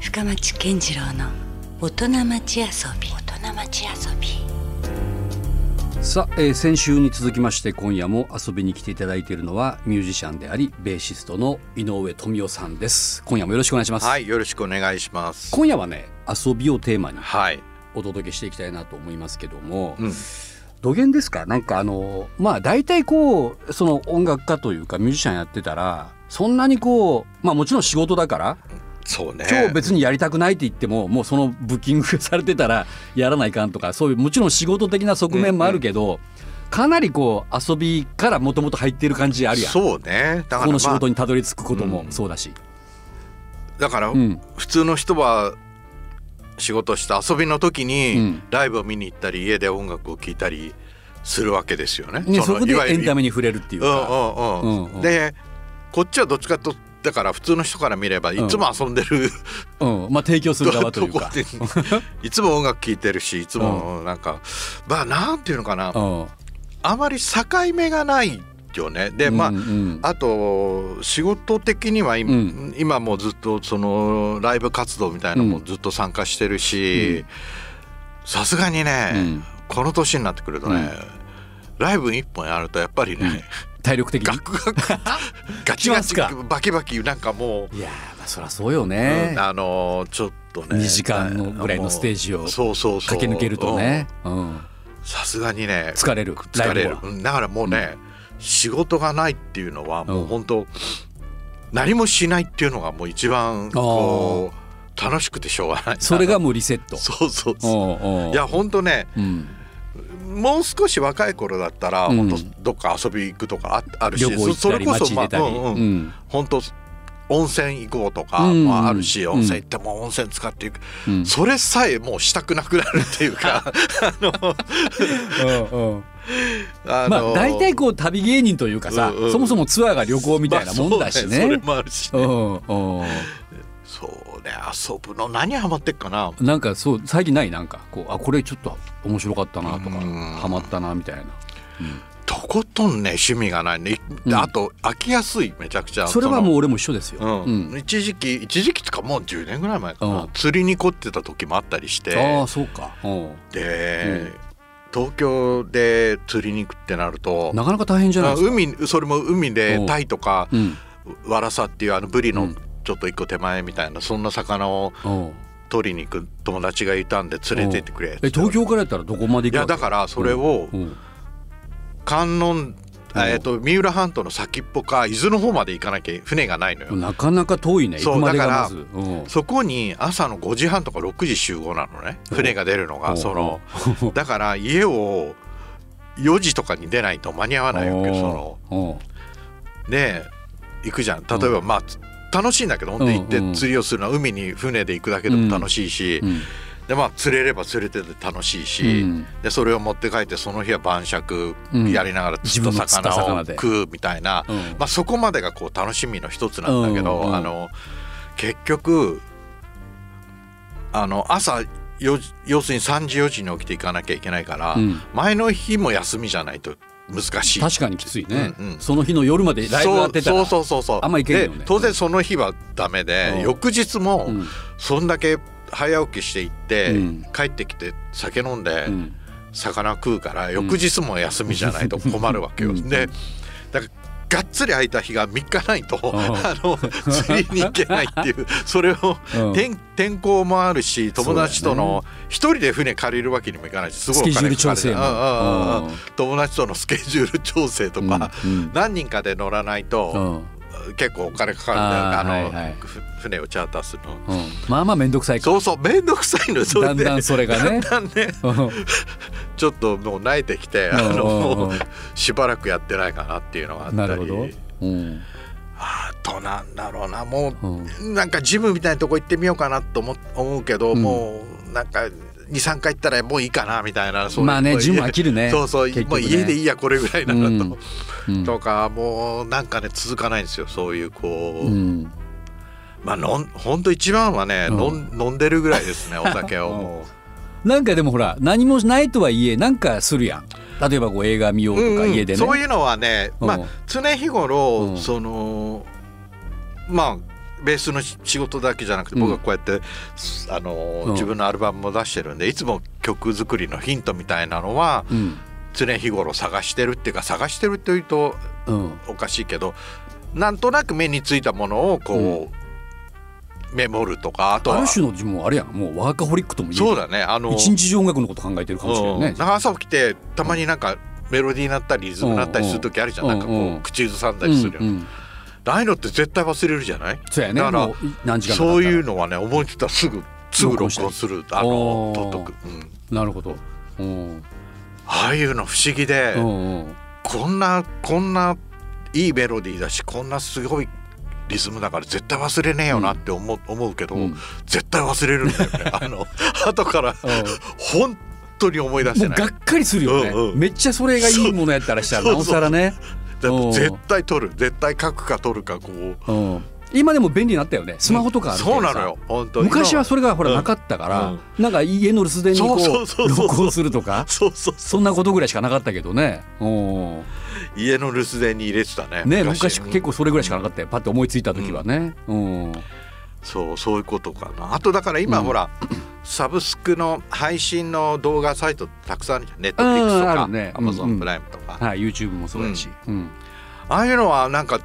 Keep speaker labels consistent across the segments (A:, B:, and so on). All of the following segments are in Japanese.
A: 深町健次郎の大人町遊び大人町遊び
B: さあ、えー先週に続きまして今夜も遊びに来ていただいているのはミュージシャンでありベーシストの井上富夫さんです今夜もよろしくお願いします、
C: はい、よろしくお願いします。
B: 今夜はね遊びをテーマに
C: はい、
B: お届けしていきたいなと思いますけども、
C: うん、
B: 土源ですかなんかあのまあ大体こうその音楽家というかミュージシャンやってたらそんなにこうまあもちろん仕事だから
C: そうね。
B: 今日別にやりたくないって言ってももうそのブッキングされてたらやらないかんとかそういうもちろん仕事的な側面もあるけど、かなりこう遊びからもともと入ってる感じあるやん、
C: そうね。だから、
B: こ
C: ま
B: の仕
C: あ
B: 事、にたどり着くことも
C: うん
B: そうだし、
C: だから、
B: うん
C: 普通の人は仕事した遊びの時に、
B: うん
C: ライブを見に行ったり、家で音楽を聴いたりするわけですよね。
B: ね、そこでエンタ
C: メ
B: メに触れるっていう
C: う
B: か、
C: んうんうん。
B: うんうん
C: で、こっちはどっちかとだから普通の人から見ればいつも遊んでる、
B: うんまあ、提供する側と いうか。
C: でいつも音楽聴いてるしいつもなんか、まあなんていうのかな、
B: うん
C: あまり境目がないよね。でまあ、
B: うんうん
C: あと仕事的には今,、
B: うん
C: 今もうずっとそのライブ活動みたいなのもずっと参加してるしさすがにね、
B: うん
C: この年になってくるとね、ライブ一本やるとやっぱりね、
B: 体力的に
C: ガクガク ガチガチ
B: きます
C: バキバキなんかもう、
B: いやーまあそりゃそうよね
C: うん、あのちょっとね
B: 二時間のぐらいのステージを
C: もうそうそうそう
B: 駆け抜けるとね、うん、
C: うんさすがにね
B: 疲れるライ
C: 疲
B: ブ
C: れる
B: は
C: うんだからもうね、仕事がないっていうのはも
B: うん
C: う本当、何もしないっていうのがもう一番こう楽しくてしょうが ない
B: それがもうリセット。
C: そうそう
B: う
C: そ
B: んうん
C: ういや本当ね
B: うん
C: もう少し若い頃だったら、
B: うん
C: 本当どっか遊び行くとかああるし
B: 旅行行
C: そ
B: った
C: れ
B: り
C: こそ
B: 街出たり、
C: まあうんうん
B: うん
C: 本当温泉行こうとか
B: うん
C: もあるし、
B: うん
C: 温泉行っても温泉使っていく、
B: うん
C: それさえもうしたくなくなるっていうか
B: うんうん
C: あ
B: まあ大体こう旅芸人というかさ、
C: うんうん
B: そもそもツアーが旅行みたいなもんだし
C: まあそう
B: ね
C: それ。もあるしね
B: うん
C: そうね遊ぶの何ハマってっかな
B: うん、なんかそう最近ないなんかこうあこれちょっと面白かったなとか
C: うん
B: ハマったなみたいな
C: とことんね趣味がないね、い
B: うん
C: あと飽きやすいめちゃくちゃ
B: それはもう俺も一緒ですよ、
C: その、
B: う
C: うんん、一時期一時期とかもう10年ぐらい前かな、
B: うん
C: 釣りに凝ってた時もあったりし
B: あ
C: て
B: あそうか、う
C: で、東京で釣りに行くってなると
B: ん、なかなか大変じゃない
C: あ
B: ですか、
C: 海それも海
B: うん
C: でタイとか
B: うん
C: ワラサっていうあのブリ
B: う
C: の
B: ん
C: ちょっと一個手前みたいなそんな魚を
B: うん、
C: 取りに行く友達がいたんで連れてってくれって
B: え東京からやったらどこまで
C: い
B: 行く
C: や
B: わ
C: だからそれを、
B: け、うん、
C: 観音あえっと三浦半島の先っぽか伊豆の方まで行かなきゃ船がないのよ、
B: なかなか遠いね行
C: そう
B: くまでがまず
C: だ
B: うん
C: そこに朝の5時半とか6時集合なのね
B: お
C: 船が出るの
B: お
C: がそのだから家を4時とかに出ないと間に合わないわけよその
B: うん
C: で行くじゃん例えば、まあつ楽しいんだけどほんで行っ
B: うんうん
C: て釣りをするのは海に船で行くだけでも楽しいし、
B: うん
C: でまあ釣れれば釣れてて楽しいし、
B: うん
C: でそれを持って帰ってその日は晩酌
B: うん
C: やりながら釣っ
B: 自
C: た
B: 分の釣った
C: 魚
B: 魚
C: を
B: で
C: 食うみたいな、
B: うん
C: まあ、そこまでがこう楽しみの一つなんだけど、
B: うんうん
C: あの結局あの朝4時要するに3時4時に起きていかなきゃいけないから、
B: うん
C: 前の日も休みじゃないと難しい。
B: 確かにきついね、
C: うんうん
B: その日の夜までライブやってたら
C: そうそうそうそうそう
B: あんま行けんよね
C: で当然その日はダメで、
B: うん
C: 翌日も
B: うん
C: そんだけ早起きして行って、
B: うん
C: 帰ってきて酒飲んで、
B: うん
C: 魚食うから翌日も休みじゃない と困るわけよ。
B: うん
C: でだからがっつり空いた日が3日ないと
B: ん
C: あの釣りに行けないって いうそれを
B: うん
C: 天天候もあるし友達と
B: そうだよ
C: の一人で船借りるわけにもいかないしすごいお
B: スケジュール
C: 金かか
B: 調
C: る
B: 整
C: じ
B: も
C: ゃんうんうんうん
B: うん
C: 友達とのスケジュール調整とか
B: うんうん
C: 何人かで乗らないと結構お金かかるん
B: あー
C: だよ
B: はいは
C: あ
B: い
C: のふ船をチャーターするの。
B: うんうんまあまあ面倒くさいか
C: そうそう面倒くさいのよそ
B: だ
C: れ
B: ん
C: で
B: だんそれがね
C: だんだんね
B: うん
C: ちょっともう慣れてきてあ
B: うん
C: の
B: うんうん
C: しばらくやってないかなっていうのがあった
B: な
C: り
B: るほど、うん
C: あとなんだろうなもう、
B: うん
C: なんかジムみたいなとこ行ってみようかなと思思うけど、
B: うん
C: もうなんか23回行ったらもういいかなみたいなそういう
B: まあね
C: もう
B: ジム飽きるね
C: そうそう、
B: 結局
C: もう
B: ね
C: 家でいいやこれぐらいだなと、
B: うん
C: とかもうなんかね続かないんですよそういうこう、
B: うん
C: まあのんほんと一番はね、
B: うん
C: 飲ん、飲んでるぐらいですねお酒をもう。
B: なんかでもほら何もないとはいえなんかするやん例えばこう映画見ようとか
C: うんうん
B: 家でね、
C: そういうのはね、まあ
B: うん
C: 常日頃、
B: うん
C: そのまあベースのし仕事だけじゃなくて僕はこうやって、すあのー
B: うん
C: 自分のアルバムも出してるんでいつも曲作りのヒントみたいなのは
B: うん
C: 常日頃探してるっていうか探してるというと
B: うん
C: おかしいけどなんとなく目についたものをこう、メモるとかあと
B: あ
C: は
B: る種の自分はあれやんもうワーカホリックとも言える
C: そうだねあの
B: 一日中音楽のこと考えてるかもしれない
C: うん
B: ね
C: なんか朝起きてたまになんかメロディーなったりリズムなったりする時あるじゃん
B: うんうん
C: なんかこ
B: う
C: うん口ずさんだりするよ
B: う
C: ね
B: んうん
C: ああいうのって絶対忘れるじゃない
B: そうやね
C: だから
B: もう何時間か経ったら
C: そういうのはね思いついたらすぐすぐ録音するあの
B: おー
C: 取っとく、うん
B: なるほどうん
C: ああいうの不思議で
B: うんうん
C: こんなこんないいメロディーだしこんなすごいリズムだから絶対忘れねえよなって思う,、思うけど、
B: うん
C: 絶対忘れるんだよね あの後から
B: も
C: 本当に思い出せ
B: う
C: ない
B: がっかりするよね、
C: うんうん
B: めっちゃそれがいいものやったらしたら
C: そう
B: なおさらね
C: だって
B: うん
C: 絶対取る絶対書くか取るかこう
B: うん今でも便利になったよねスマホとかあるけど
C: そ
B: さ
C: うなのよ本当に
B: 昔はそれがほら
C: うん
B: なかったから、
C: うん
B: なんか家の留守電にこ
C: そうそ
B: う
C: うそうそう
B: 録音するとか
C: そうそうそ
B: そんなことぐらいしかなかったけどねうん
C: う家の留守電に入れてたね
B: ね昔結構それぐらいしかなかったよパッと思いついた時はねうん、
C: そうそういうことかなあとだから今、
B: うん
C: ほら サブスクの配信の動画サイトたくさんあるじゃんネットフリックスと
B: あ
C: か、
B: るね
C: ア
B: うん
C: マゾンプライムとか、
B: はい YouTube もそうだし、うん
C: ああいうのはなんか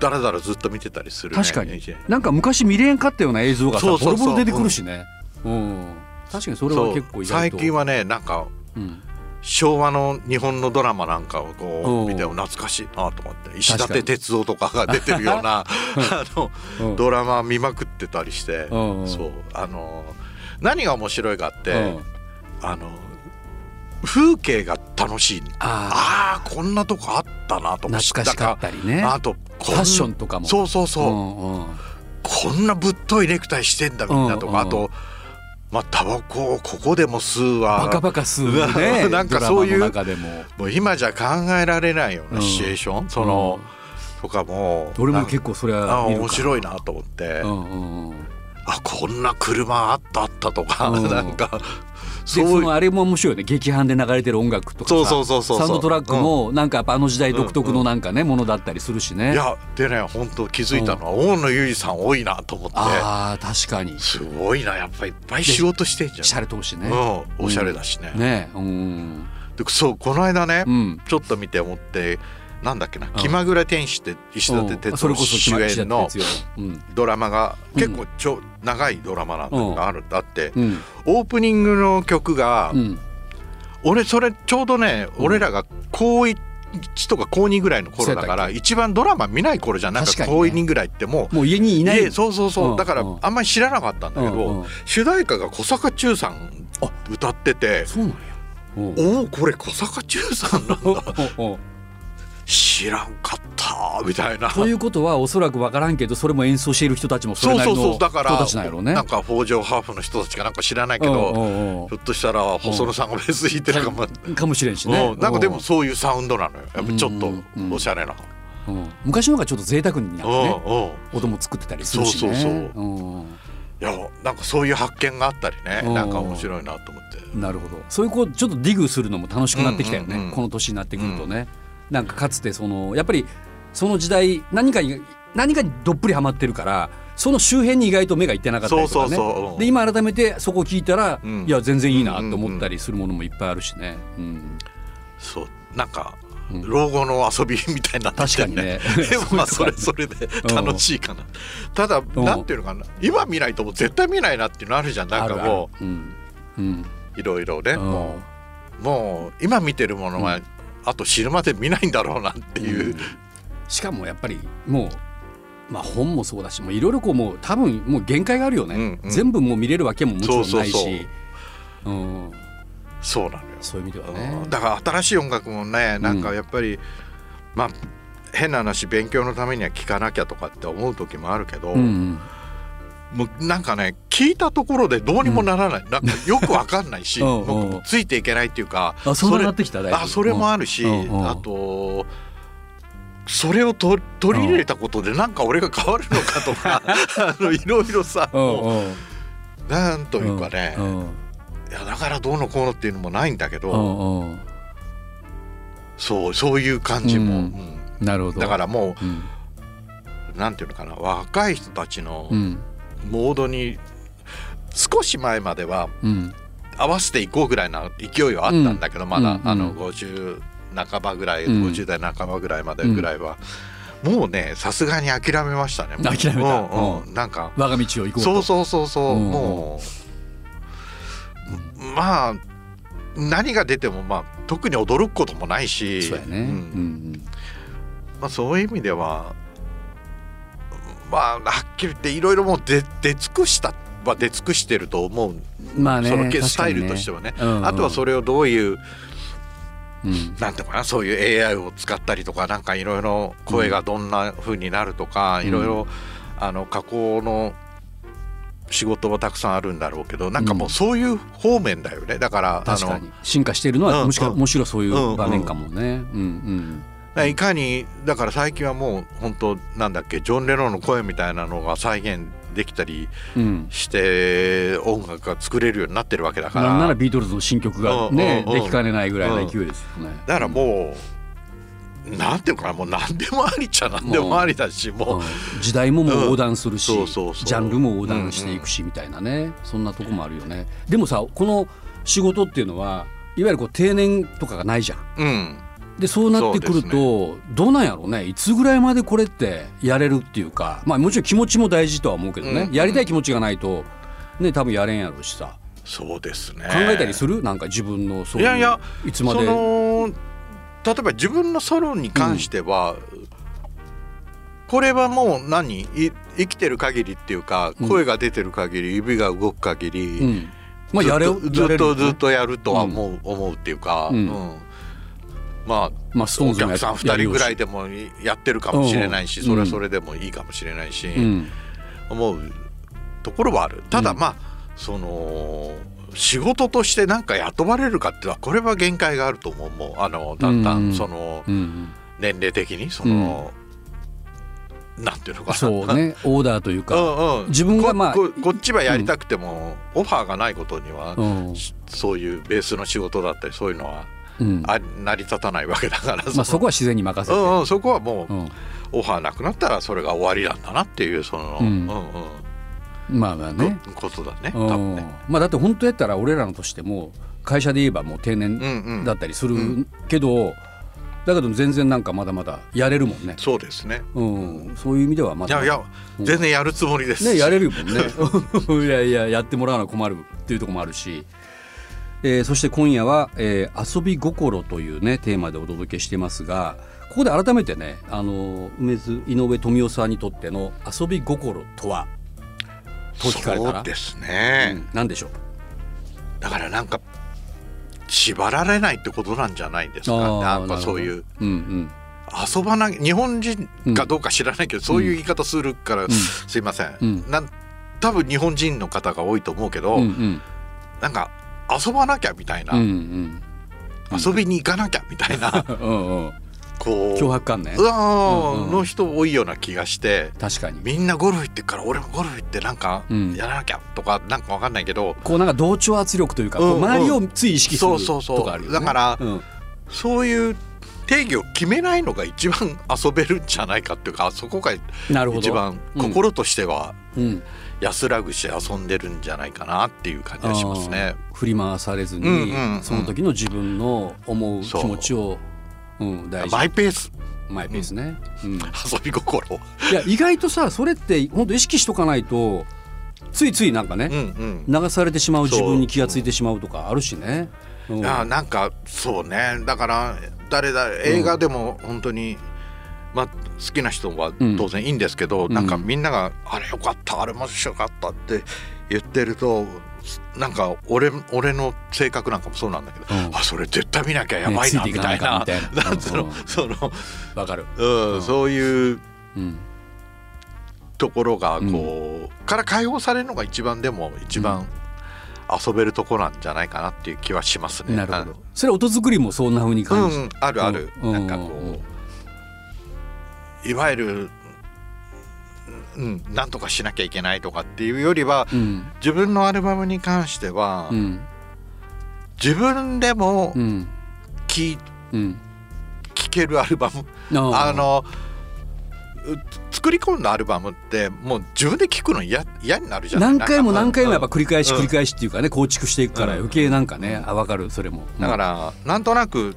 C: だらだらずっと見てたりする、ね、
B: 確かに
C: 一年
B: なんか昔見れへんかったような映像がさ
C: そうそうそう
B: ボロボロ出てくるしね、うん確かにそれは
C: そう
B: 結構意外
C: 最
B: と
C: 近はねなんか
B: うん
C: 昭和の日本のドラマなんかをこ
B: うん
C: う見て懐かしいなと思って石
B: 確かに
C: 立鉄道とかが出てるような あの
B: うん
C: ドラマ見まくってたりして、
B: うん
C: そうあの何が面白いかって、
B: うん
C: あの風景が楽しい
B: あ
C: ああこんなとこあったなと
B: あ懐かしかったりね
C: あとこん
B: ファッションとかも
C: そうそうそう、
B: うんうん
C: こんなぶっといネクタイしてんだみんなと
B: うんう
C: か、
B: ん
C: あとまあタバコをここでも吸うわ
B: バカバカするね
C: なんかそういう
B: ドラマの中でも
C: もう今じゃ考えられないようなシチュエーション、その、とかも
B: 俺も結構それ
C: なんかあ
B: は見るか
C: 面白いなと思って、
B: うんうんうん
C: あこんな車あったあったとか、
B: うん
C: なんかそう
B: でそ
C: いう
B: のあれも面白いよね劇伴で流れてる音楽とかさ
C: そうそうそうそう
B: サウンドトラックもなんかやっぱあの時代独特のなんかね、ものだったりするしね
C: いやでね本当気づいたのは、大野裕二さん多いなと思って
B: あー確かに
C: すごいなやっぱいっぱい仕事してんじ
B: し
C: ゃ
B: ゃ
C: ん
B: れ通しね、
C: うん、おしゃれだしね,、
B: ねうん
C: でそうこの間ね、
B: うん
C: ちょっと見て思ってなんだっけな「気まぐれ天使」って石
B: うん
C: 立哲
B: それ
C: 夫
B: こそ決
C: 主
B: ま
C: 演の
B: 石田哲也うん
C: ドラマが結構ちょ、長いドラマなんだ
B: うん
C: があるだって、
B: うん
C: オープニングの曲が、
B: うん
C: 俺それちょうどね、
B: うん
C: 俺らが高1とか高2ぐらいの頃
B: そ
C: だか
B: うやっ
C: ら一番ドラマ見ない頃じゃんなんか
B: 確かにね
C: 高2ぐらいってもう。
B: もう家にいない
C: 家そうそうそう、
B: うん
C: だから
B: うん
C: あんまり知らなかったんだけど、
B: うんうん
C: 主題歌が小坂忠さん歌ってて
B: そうなんやうん
C: おおこれ小坂忠さんなんだ
B: おおお
C: 知らんかったみたいな
B: ということはおそらく分からんけどそれも演奏している人たちもそれなりの人
C: だから
B: たちなんやろうね
C: なんか北条ハーフの人たちかなんか知らないけ
B: うん
C: ど、
B: うん
C: ひょっとしたら細野さんがベース弾いてるかも、
B: うんかもしれんしね
C: うんなんかでもそういうサウンドなのよやっぱちょっとおしゃれな、
B: うんうん昔の方がちょっと贅沢になって
C: うん
B: ね
C: うん
B: 音も作ってたりするし
C: そう
B: ね
C: そうそう
B: うん
C: いやなんかそういう発見があったりね
B: うん
C: なんか面白いなと思って
B: なるほどそういうこうちょっとディグするのも楽しくなってきたよね、
C: うんうんうん
B: この年になってくるとね、なんかかつてそのやっぱりその時代何かに何かにどっぷりハマってるからその周辺に意外と目がいってなかったりとかね
C: そうそうそううん
B: で今改めてそこ聞いたら、
C: うん
B: いや全然いいなと思ったりするものもいっぱいあるしね、うん
C: そうなんか
B: うん
C: 老後の遊びみたいになってき
B: 確
C: て
B: かにね
C: でもまあ
B: そ
C: そ
B: い
C: うれ
B: うと
C: それで楽しいかなただ
B: ん
C: なんていうのかな今見ないともう絶対見ないなっていうのあるじゃんなんかも
B: あるあるうんうん
C: ういろいろね
B: うん
C: もうもう今見てるものはあと死ぬまで見ないんだろうなっていう
B: しかもやっぱりもう、まあ、本もそうだしもういろいろこうもう多分もう限界があるよね、
C: うんうん
B: 全部もう見れるわけももちろんないし
C: そうそう
B: うん、
C: そうなのよ
B: そういう意味ではね
C: うん。だから新しい音楽もねなんかやっぱり、まあ変な話勉強のためには聴かなきゃとかって思う時もあるけど、
B: うんうん
C: もうなんかね聞いたところでどうにもならない、なんかよくわかんないし
B: うんうん
C: もうついていけないっていうか
B: あそう
C: れ
B: なってきただいぶ
C: あそれもあるし、
B: うんうん
C: あとそれをと取り入れたことでなんか俺が変わるのかとか あのいろいろさ、も
B: ん
C: うなんというかね、
B: うんうん
C: いやだからどうのこうのっていうのもないんだけど、
B: うんうん
C: そうそういう感じも、
B: うん
C: うん
B: なるほど
C: だからもう
B: うん
C: なんていうのかな若い人たちの
B: うん
C: モードに少し前までは
B: うん
C: 合わせていこうぐらいな勢いはあったんだけど、まだ、
B: うん
C: あ
B: う
C: の
B: ん
C: 50半ばぐらい、
B: うん
C: 50代半ばぐらいまでぐらいは、もうねさすがに諦めましたねもう
B: 諦めた
C: うんう、
B: うん
C: なんか
B: 我が道を行こうと
C: そうそうそうそう、
B: うん
C: もうまあ何が出ても、まあ、特に驚くこともないし
B: そうやね、
C: う
B: うんんうん
C: まあ、そういう意味ではまあはっきり言っていろいろもう出出尽くしたは出尽くしてると思う、
B: まあね
C: その
B: 確かにね
C: スタイルとしてはね
B: うんうん
C: あとはそれをどういう
B: うん
C: なんていうのかなそういう AI を使ったりとかなんかいろいろ声がどんな風になるとか
B: ん
C: いろいろあの加工の仕事もたくさんあるんだろうけどなんかもうそういう方面だよねだからあ
B: 確か
C: の
B: に進化しているのは、
C: うん
B: もしか
C: うん
B: むしろそういううん場面かもね、うん
C: いかにだから最近はもう本当なんだっけジョン・レノンの声みたいなのが再現できたり
B: うんうん
C: して音楽が作れるようになってるわけだか
B: なんなら
C: ら
B: ビートルズの新曲がね、
C: うんうんうん
B: できかねないぐらいの勢いですよね、
C: だからもうなんていうのかなもう何でもありっちゃ何でもありだしもう
B: うん時代ももう横断するし、
C: うんそうそうそう
B: ジャンルも横断していくしみたいなね、そんなとこもあるよねでもさこの仕事っていうのはいわゆるこう定年とかがないじゃん
C: うん
B: でそうなってくる
C: そうです
B: と、どうなんやろうねいつぐらいまでこれってやれるっていうかまあもちろん気持ちも大事とは思うけどね、
C: うん
B: やりたい気持ちがないとね多分やれんやろうしさ
C: そうですね
B: 考えたりする、なんか自分のそういう
C: いやいや
B: いつまで
C: その例えば自分のソロに関しては、これはもう何い生きてる限りっていうか
B: うん
C: 声が出てる限り指が動く限り、
B: うん、まあやれ
C: ずっとずっとずっとやるとは
B: うん
C: 思う,、思うっていうか、
B: うん
C: うんまあ
B: まあストーン
C: お
B: ズもや
C: 客さん
B: や
C: 2
B: る
C: 人
B: よ
C: ぐら
B: し
C: いでもやってるかもしれないし、
B: うん
C: それはそれでもいいかもしれないし、
B: うん
C: 思うところはあるただ
B: うん
C: まあ、その仕事として何か雇われるかっていうのはこれは限界があると思うもうあのだんだ
B: うんうんん
C: その
B: うん
C: 年齢的にその、なんていうのかな
B: そうねオーダーという
C: う
B: か、
C: んうん、
B: 自分がまあ
C: こここっちはやりたくても、オファーがないことには、
B: うん
C: しそういうベースの仕事だったりそういうのは
B: うん
C: あ成り立たないわけだから、
B: まあ、そ
C: こ
B: こは自然に任せ
C: う
B: て、
C: んうん、そこはもう、
B: うん
C: オファーなくなったらそれが終わりなんだなっていうその、
B: う
C: うんんうん
B: まあまあね
C: こことだね
B: う
C: 多
B: ん
C: 分ね。
B: まあ、だって本当やったら俺らのとしても会社で言えばもう定
C: う
B: 年
C: んうん
B: だったりする
C: うん
B: けど、だけど全然なんかまだまだやれるもんね、
C: そうですね。
B: うん、そういう意味ではま
C: い
B: だ
C: やいや、
B: うん
C: 全然やるつもりです。
B: ね、や れるもんねいやいややってもらうのは困るっていうところもあるし、えーそして今夜は、えー遊び心」というねテーマでお届けしてますがここで改めてねあの梅津井上富夫さんにとっての「遊び心」とはと聞かれたら
C: そうです
B: う
C: ね、
B: ん何でしょう
C: だからなんか縛られないってことなんじゃないですか。
B: あー
C: なん
B: なる
C: か
B: ほど
C: そういう
B: うんうん
C: 遊ばない日本人かどうか知らないけど、そういう言い方するから、
B: ん
C: すいません。
B: うん
C: なん多分日本人の方が多いと思うけど、
B: うんうん
C: なんか遊ばなきゃみたいな、
B: うんうん
C: 遊びに行かなきゃみたい な、
B: うんうん
C: こう
B: 脅迫感ね
C: うわー
B: うんうん
C: の人多いような気がして。
B: 確かに
C: みんなゴルフ行ってっから俺もゴルフ行ってなんか
B: うん
C: やらなきゃとかなんかわかんないけど
B: こうなんか同調圧力というか、
C: うん
B: こう周りをつい意識する
C: そうそうそう
B: とかあるよね
C: だから
B: うん
C: そういう定義を決めないのが一番遊べるんじゃないかっていうかそこが
B: なるほど
C: 一番
B: うん
C: 心としては
B: うん
C: 安らぐし遊んでるんじゃないかなっていう感じがしますね。
B: あー振り回されずに、
C: うんうんうん
B: その時の自分の思う気持ちをう、ん、大事
C: マイペース
B: マイペースね、うんい
C: 遊び心、
B: や意外とさそれって本当意識しとかないとついついなんか
C: うん
B: ね、
C: うん
B: 流されてしまう自分に気がついてしまうとかあるしね、うん
C: いやなんかそうねだから誰だ映画でも本当に、まあ、好きな人は当然いいんですけど、
B: ん
C: なんかみんなが「あれよかったあれ面白かった」って言ってるとなんか俺俺の性格なんかもそうなんだけど、
B: うん
C: あそれ絶対見なきゃやばいな、
B: ねついてい
C: み
B: か
C: た
B: ないいかん
C: な
B: みたいな
C: なんつう
B: う
C: の
B: ん
C: その、
B: わかる、
C: うんそういう
B: うん
C: ところがこう、から解放されるのが一番でも一番遊べるとこなんじゃないかなっていう気はしますね。
B: なるほどそれ音作りもそんな風に
C: う
B: 感じ、
C: ん、あるある、
B: うん
C: なんかこ
B: うん
C: ういわゆる、うん、なんとかしなきゃいけないとかっていうよりは
B: うん
C: 自分のアルバムに関しては、
B: うん
C: 自分でも
B: うん
C: 聴
B: うん
C: 聴けるアルバム、
B: あー
C: あの作り込んだアルバムってもう自分で聴くの嫌嫌になるじゃない
B: 何回も何回もやっぱ
C: うん
B: 繰り返し
C: うん
B: 繰り返しっていうかね構築していくから
C: うん
B: 余計なんかねあ分かるそれも
C: だからなんとなく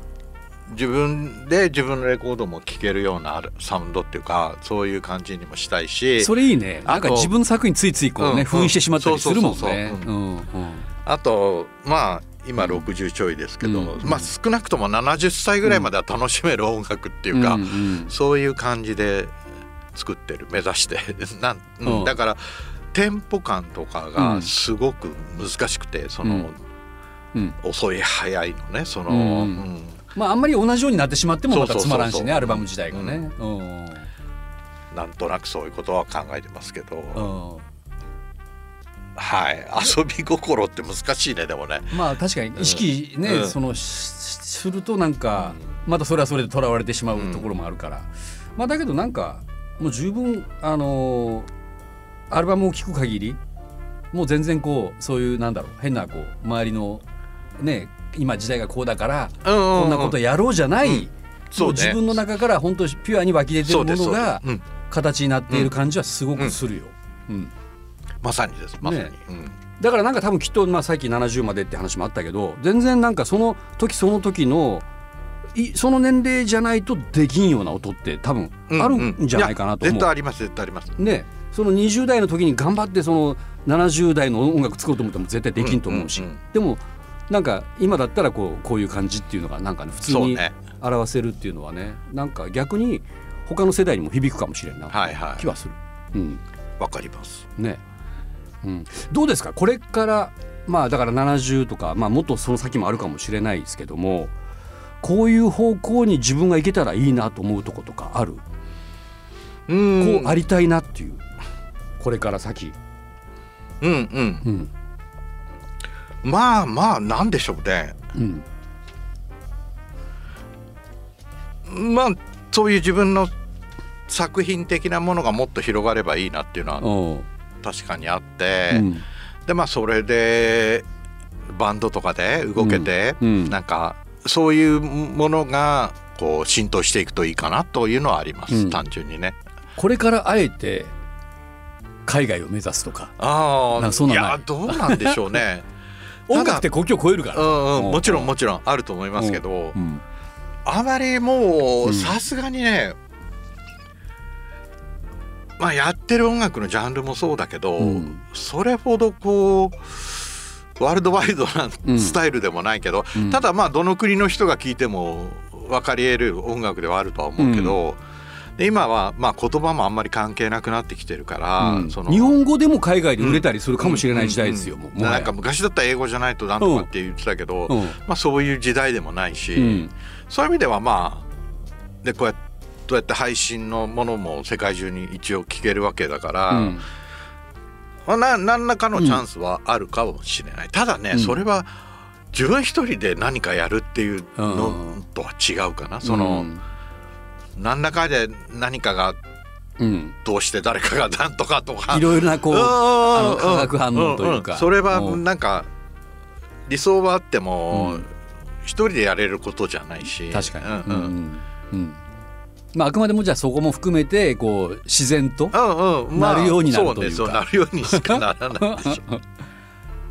C: 自分で自分のレコードも聴けるようなアルサウンドっていうかそういう感じにもしたいし
B: それいいねなんか
C: あと
B: 自分の作品についついこう
C: うんう
B: ね
C: ん
B: 封印してしまったりするもんね
C: そうそうそう
B: う
C: そ
B: んうん
C: あとまあ今60ちょいですけど、
B: うん
C: まあ少なくとも70歳ぐらいまでは楽しめる音楽っていうか、
B: んん
C: そういう感じで作ってる目指して なん、うん
B: うん
C: だからテンポ感とか
B: う
C: が
B: ん
C: すごく難しくてその、
B: うん
C: 遅い早いのねその、
B: うん
C: うん
B: まああんまり同じようになってしまってもまたつまらんし
C: そうそうそう
B: ね
C: そう
B: アルバム自体がねうん
C: なんとなくそういうことは考えてますけ
B: う
C: ど、
B: ん
C: はい 遊び心って難しいねでもね。
B: まあ確かに意識ね、
C: うん
B: そのししするとなんかまたそれはそれでとらわれてしまうところもあるから、まあだけどなんかもう十分あのーアルバムを聴く限りもう全然こうそういうなんだろう変なこう周りのね今時代がこうだからこ
C: こ
B: んなことやろうじゃない、
C: うん
B: もう自分の中から本当にピュアに湧き出てるものが
C: うん、
B: 形になっている感じはすごくするよ。うん
C: まさにですまさに、
B: ね
C: うん
B: だからなんか多分きっと、まあ、さっき70までって話もあったけど全然なんかその時その時のいその年齢じゃないとできんような音って多分
C: うん
B: あるんじゃないかなと思
C: や絶対
B: う。
C: あります絶対あります
B: ねその20代の時に頑張ってその70代の音楽作ろうと思っても絶対できんと思うし、
C: うんうんうん
B: でもなんか今だったらこうこういう感じっていうのがなんかね普通
C: そう
B: に
C: ね
B: 表せるっていうのはねなんか逆に他の世代にも響くかもしれんな
C: はいはい
B: 気はする。うん
C: わかります
B: ね、うん、どうですかこれからまあだから70とか、まあ、もっとその先もあるかもしれないですけどもこういう方向に自分が行けたらいいなと思うとことかある、
C: う
B: こうありたいなっていうこれから先、
C: うんうん
B: うん
C: まあまあなんでしょうね
B: うん
C: まあそういう自分の作品的なものがもっと広がればいいなっていうのは
B: おう
C: 確かにあっ
B: う
C: て、
B: ん
C: でまあそれでバンドとかで動けて、
B: うんうん
C: なんかそういうものがこう浸透していくといいかなというのはあります、
B: うん
C: 単純にね。
B: これからあえて海外を目指すとか
C: あ
B: なん
C: あ
B: かそんなのない
C: やどうなんでしょう ね。
B: 音楽って国境を超えるか
C: う
B: ら、
C: ん
B: う
C: うんん、もちろんもちろんあると思いますけど
B: う、ん
C: あまりも
B: う
C: うんさすがにね、まあやってる音楽のジャンルもそうだけど、
B: うん
C: それほどこうワールドワイドな
B: うん
C: スタイルでもないけど、
B: うん
C: ただまあどの国の人が聴いても分かり得る音楽ではあるとは思うけど、で今はまあ言葉もあんまり関係なくなってきてるから、
B: うん
C: その
B: 日本語でも海外で売れたりするかもしれない時代ですよ、
C: うん
B: もうもはや
C: なんか昔だったら英語じゃないとなんとかって言ってたけど、
B: うん
C: まあ、そういう時代でもないし、
B: うん
C: そういう意味ではまあでこうやって。どうやって配信のものも世界中に一応聞けるわけだから、
B: うん
C: まあ、な何らかのチャンスはあるかもしれない、ただね、
B: うん
C: それは自分一人で何かやるっていうのとは違うかな、その、何らかで何かが
B: うんうん
C: どうして誰かが何とかとか
B: いろいろなこう、
C: あ
B: の化学反応というか
C: それは
B: うん
C: なんか理想はあっても、
B: うん
C: 一人でやれることじゃないし
B: 確かに。
C: う
B: うんん
C: う
B: うんんうんまあ、あくまでもじゃあそこも含めてこう自然と、
C: うんうんまあ
B: なるようになるというか
C: そうねそうなるようにしかならないでしょ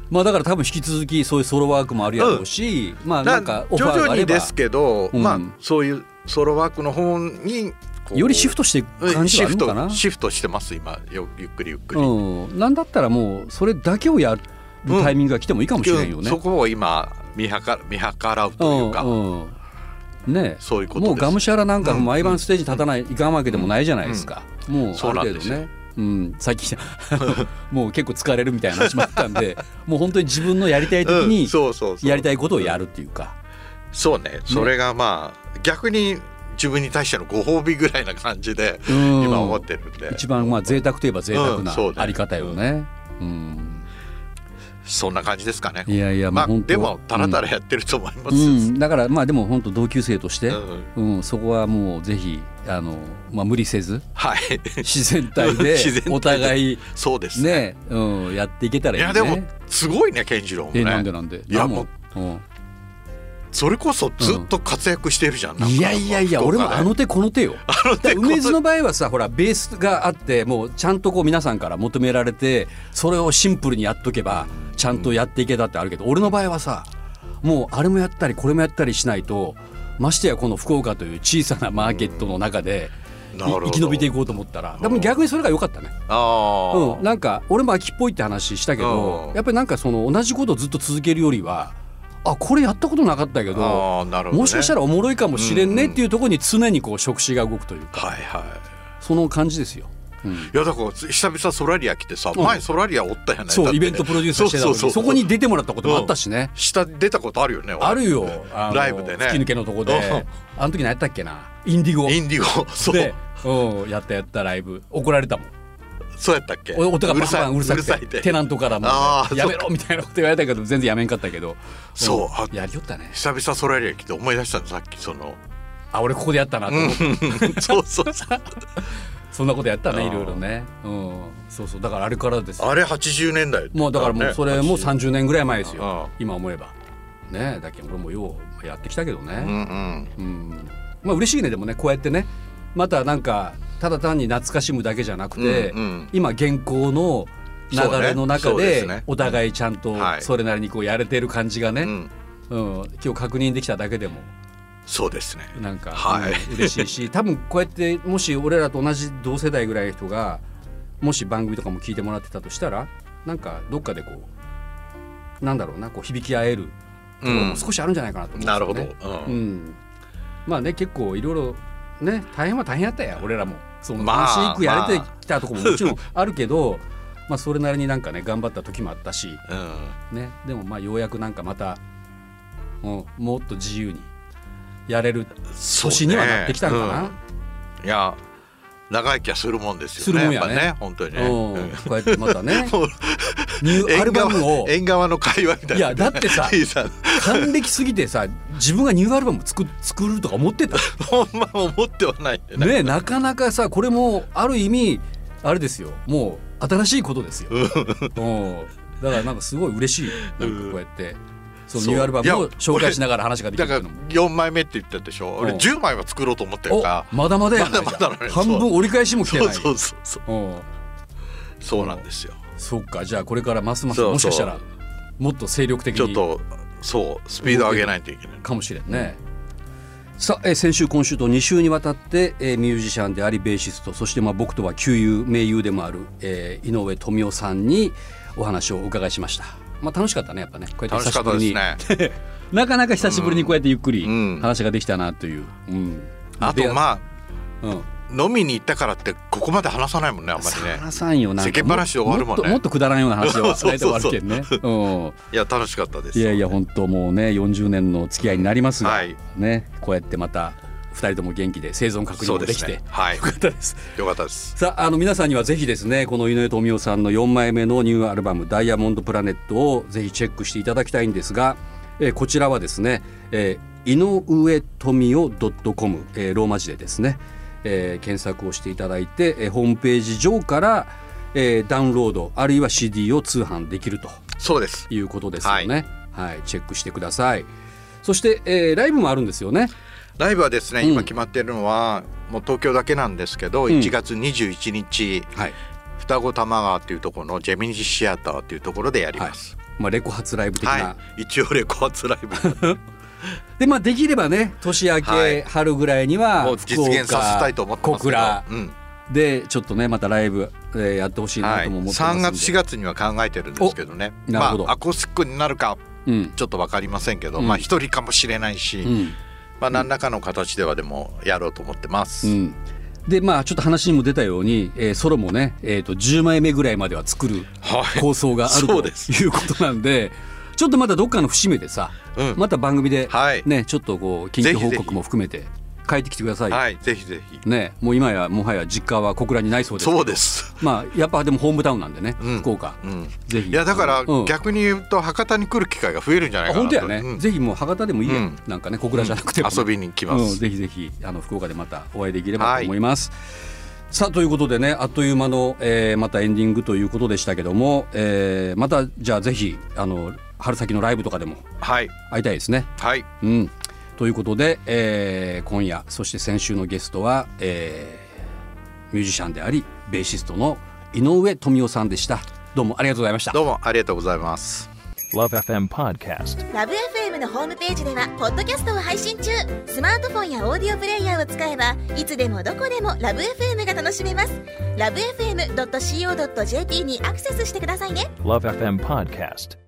B: まあ、だから多分引き続きそういうソロワークもあるやろうし、ま あなんかオフ
C: 徐
B: ァーが
C: 々
B: あれ
C: に
B: ば
C: ですけど、
B: うん
C: まあそういうソロワークの方にこう
B: よりシフトしてい
C: うん
B: く感じはあるのかな
C: シフト。シフトしてます今よゆっくりゆっくり、
B: うん、なんだったらもうそれだけをやるタイミングが来てもいいかもしれんよね。
C: そこを今見計ら見計らうというか、
B: んうんねえ
C: そういうことです
B: もうがむしゃらなんか
C: うん
B: 毎晩ステージに立たない、いかんわけでもないじゃないですか、もう
C: そ
B: あ
C: うなん
B: る
C: で
B: 程
C: す
B: 度
C: よ
B: ねうん、さっき もう結構疲れるみたいな話もあったん でもう本当に自分のやりたい時
C: うん
B: に
C: そうそうそう
B: やりたいことをやるっていうか、
C: そうねそれがまあ逆に自分に対してのご褒美ぐらいな感じで
B: うん
C: 今思ってるんで、
B: 一番まあ贅沢といえば贅沢
C: う
B: なん
C: そうだね
B: あり方よね。うん
C: そんな感じですかね
B: いやいや、ま
C: まあ
B: あ、本当
C: でもたらたらやってると思いま
B: う
C: す、
B: ん、うんだからまあでも本当同級生として、
C: うん
B: うんそこはもうぜひあの、まあ、無理せ ず
C: はい
B: 自然体で
C: 自然体で
B: お互い
C: そうですね
B: ね、うん、やっていけたら
C: い
B: いいね。
C: やでもすごいね健次郎もね
B: えなんでなんで。
C: いや
B: あ
C: もう
B: うん
C: それこそずっと活躍してるじゃん,なんか、
B: いやいやいや
C: 福岡
B: 俺
C: で
B: もあの手この手よ
C: あの
B: だから
C: 手こ
B: 梅津
C: そ
B: の場合はさほらベースがあってもうちゃんとこう皆さんから求められてそれをシンプルにやっとけばちゃんとやっていけたってあるけど俺の場合はさもうあれもやったりこれもやったりしないとましてやこの福岡という小さなマーケットの中でい
C: なるほど
B: 生き延びていこうと思ったらでも逆にそれが良かったね、
C: ああ、
B: うん、なんか俺も秋っぽいって話したけど
C: うん
B: やっぱりなんかその同じことをずっと続けるよりはあこれやったことなかったけど
C: ああなるほど、ね、
B: もしかした
C: ら
B: らおもろいかもしれんね
C: うんうん
B: っていうところに常にこう触手が動くというか
C: はいはい
B: その感じですよ。
C: いやだから久々ソラリア来てさ、
B: うん
C: 前ソラリアおったやないだっ
B: そ
C: て
B: うイベントプロデュースしてた
C: そ
B: の
C: う
B: に
C: そうそ
B: そ
C: う
B: こに出てもらったこともあったしね、
C: 下出たことあるよね俺
B: あるよあの
C: ライブでね
B: 吹き抜けのとこで
C: うん
B: あの時何やったっけなインディゴ
C: インディゴそう
B: でうんやったやったライブ怒られたもん
C: そうやったっけ
B: お音がバンバンうる
C: うるさ
B: さ
C: いうる
B: く
C: さ
B: て
C: いって
B: テナントからも
C: あー
B: やめ
C: そ
B: ろみたいなこと言われたけど全然やめんかったけど
C: そうんあ
B: やりよったね
C: 久々ソラリア来て思い出したのさっきその
B: あ俺ここでやったなと思って
C: そうそうそう
B: そんなことやった
C: あ
B: ね
C: ー
B: いろいろねうんそうそうだからあれからですよ
C: あれ80年代
B: もうだからもうそれも
C: う
B: 30年ぐらい前ですよ
C: あ
B: 今思えばねえだけど俺もようやってきたけどね、
C: うんうん
B: うん、まあ嬉しいねでもねこうやってねまたなんかただ単に懐かしむだけじゃなくて、
C: うんうん
B: 今現行の流れの中
C: そうねそうで
B: です
C: ね
B: お互いちゃんと
C: はい
B: それなりにこうやれてる感じがね、
C: う
B: うん
C: ん
B: 今日確認できただけでも
C: そうですね
B: なんか、
C: はい
B: うん嬉しい し多分こうやってもし俺らと同じ同世代ぐらいの人がもし番組とかも聞いてもらってたとしたらなんかどっかでこうなんだろうなこう響き合えるところも少しあるんじゃないかなと思うんです
C: な
B: よね
C: るほど、う
B: うんん、まあね結構いろいろね大変は大変やったや俺らもその
C: ま
B: 楽
C: あ
B: しくやれてきたとこももちろんあるけど、まあそれなりになんかね頑張った時もあったし、
C: うん
B: ね、でもまあようやくなんかまた、うん、もっと自由にやれる
C: そうね
B: 年にはなってきたのかな。
C: うんいや長生きはするもんです
B: す
C: よ
B: る
C: ね
B: もんやね
C: やっぱね本当にね
B: うん
C: うん
B: こうやってまたね
C: もう
B: ニューアルバムを
C: 縁側の会話みたいない
B: やだってさ
C: いいさ
B: 還暦すぎてさ自分がニューアルバム作作るとか思ってた
C: ほんま思ってはないんでね
B: ね なかなかさこれもある意味あれですよもう新しいことですよ。うんだからなんかすごい嬉しいなんかこうやってその
C: そう
B: ニューアルバムを
C: いや
B: 紹介しながら話ができ
C: だ
B: るって
C: か
B: い
C: ら
B: うのも。
C: 4枚目って言ったでしょ俺
B: うん
C: 10枚は作ろうと思ってる
B: お
C: から
B: まだまだやな
C: まだまだね
B: 半分折り返しも来て
C: そ
B: な
C: う
B: い。
C: そうそうそう
B: うん
C: そうなんですよ
B: そっかじゃあこれからますます
C: そうそう
B: もしかしたらもっと精力的
C: ちょっ
B: に
C: とそうスピード上げないといけない
B: かもしれんね。さあ、えー先週今週と2週にわたって、えーミュージシャンでありベーシストそしてまあ僕とは旧友名優でもある、えー井上富夫さんにお話をお伺いしました。まあ楽しかったねやっぱねこうやって
C: 楽
B: 久
C: しか
B: し
C: った
B: ぶり
C: で
B: に、
C: すね
B: なかなか久しぶりにこうやってゆっくり
C: うん
B: 話ができたなという、うん
C: あと
B: あ、
C: ま
B: うん、
C: あ飲みに行ったからってここまで話さないもんねあんまりね
B: さらさんよなんか
C: 世間話で終わるもんね
B: っともっとくだらんような話を
C: そう
B: 大体
C: そ
B: 終
C: うそ
B: わ
C: う
B: るけんね、うん、
C: いや楽しかったです
B: いやいや本当もうね40年の付き合いになりますが、
C: はい
B: ねこうやってまた2人とも元気で生存確認
C: そ
B: も
C: うで
B: でき
C: す
B: て
C: ねはい
B: よか ったです。
C: よかったです
B: さああの皆さんにはぜひですねこの井上富夫さんの4枚目のニューアルバム「ダイヤモンド・プラネット」をぜひチェックしていただきたいんですが、えーこちらはですね、えー、井上富夫 .com、えーローマ字でですね、えー検索をしていただいて、えーホームページ上から、えーダウンロードあるいは CD を通販できると
C: そうです
B: いうことですよね。はい、チェックしてください。そして、えーライブもあるんですよね。
C: ライブはですね、
B: うん
C: 今決まってるのはもう東京だけなんですけど、
B: ん
C: 1月21日
B: はい。
C: 双子玉川っていうところのジェミニジシアターっていうところでやり
B: はい
C: ます。。
B: まあレコ発ライブ的な。
C: はい、一応レコ発ライ ブ
B: でまあできればね年明け、
C: はい
B: 春ぐらいには
C: もう実現させたいと思ってますけ
B: 福
C: ど、
B: 岡
C: うん
B: 小倉でちょっとねまたライブ、えーやってほしいな
C: はい、
B: とも思ってますん
C: 3
B: で、
C: 月4月には考えてるんですけどね
B: おなるほど
C: まあ、アコースティックになるか
B: うん
C: ちょっと分かりませんけど、
B: うん
C: まあ一人かもしれないし、
B: うん
C: まあ、何らかの形ではでもやろうと思ってます。
B: うんでまあちょっと話にも出たように、えーソロもね、えー、と10枚目ぐらいまでは作る
C: はい
B: 構想がある
C: そう
B: と
C: です
B: いうことなんでちょっとまだどっかの節目でさ、
C: うん
B: また番組で、
C: はい
B: ね、ちょっとこう緊急報
C: ぜひぜ
B: 告
C: ひ
B: も含めて帰ってきてくださいよ、
C: はい、ぜひぜひ。
B: ね、もう今やもはや実家は小倉にないそうですけど
C: そうです。
B: まあやっぱでもホームタウンなんでね、
C: うん
B: 福岡、
C: うん。
B: ぜひ
C: いやだから
B: うん
C: 逆に言うと博多に来る機会が増えるんじゃない
B: あ
C: かな
B: 本
C: と。
B: 当やね、
C: うん
B: ぜひもう博多でもいいや、
C: うん
B: なんかね小倉じゃなくても、
C: 遊びに来ま
B: うん
C: す。
B: ぜひぜひあの福岡でまたお会いできればと思います、さあということでねあっという間の、えーまたエンディングということでしたけども、えーまたじゃあぜひあの春先のライブとかでも
C: はい
B: 会いたいですね。
C: はい
B: うん、ということで、えー今夜そして先週のゲストは、えーミュージシャンでありベーシストの井上富夫さんでした。どうもありがとうございました。
C: どうもありがとうございます。
D: Love FM Podcast.
E: ラブ f m のホームページではポッドキャストを配信中スマートフォンやオーディオプレイヤーを使えばいつでもどこでもラブ f m が楽しめますラブ FM.co.jp にアクセスしてくださいね
D: Love FM Podcast.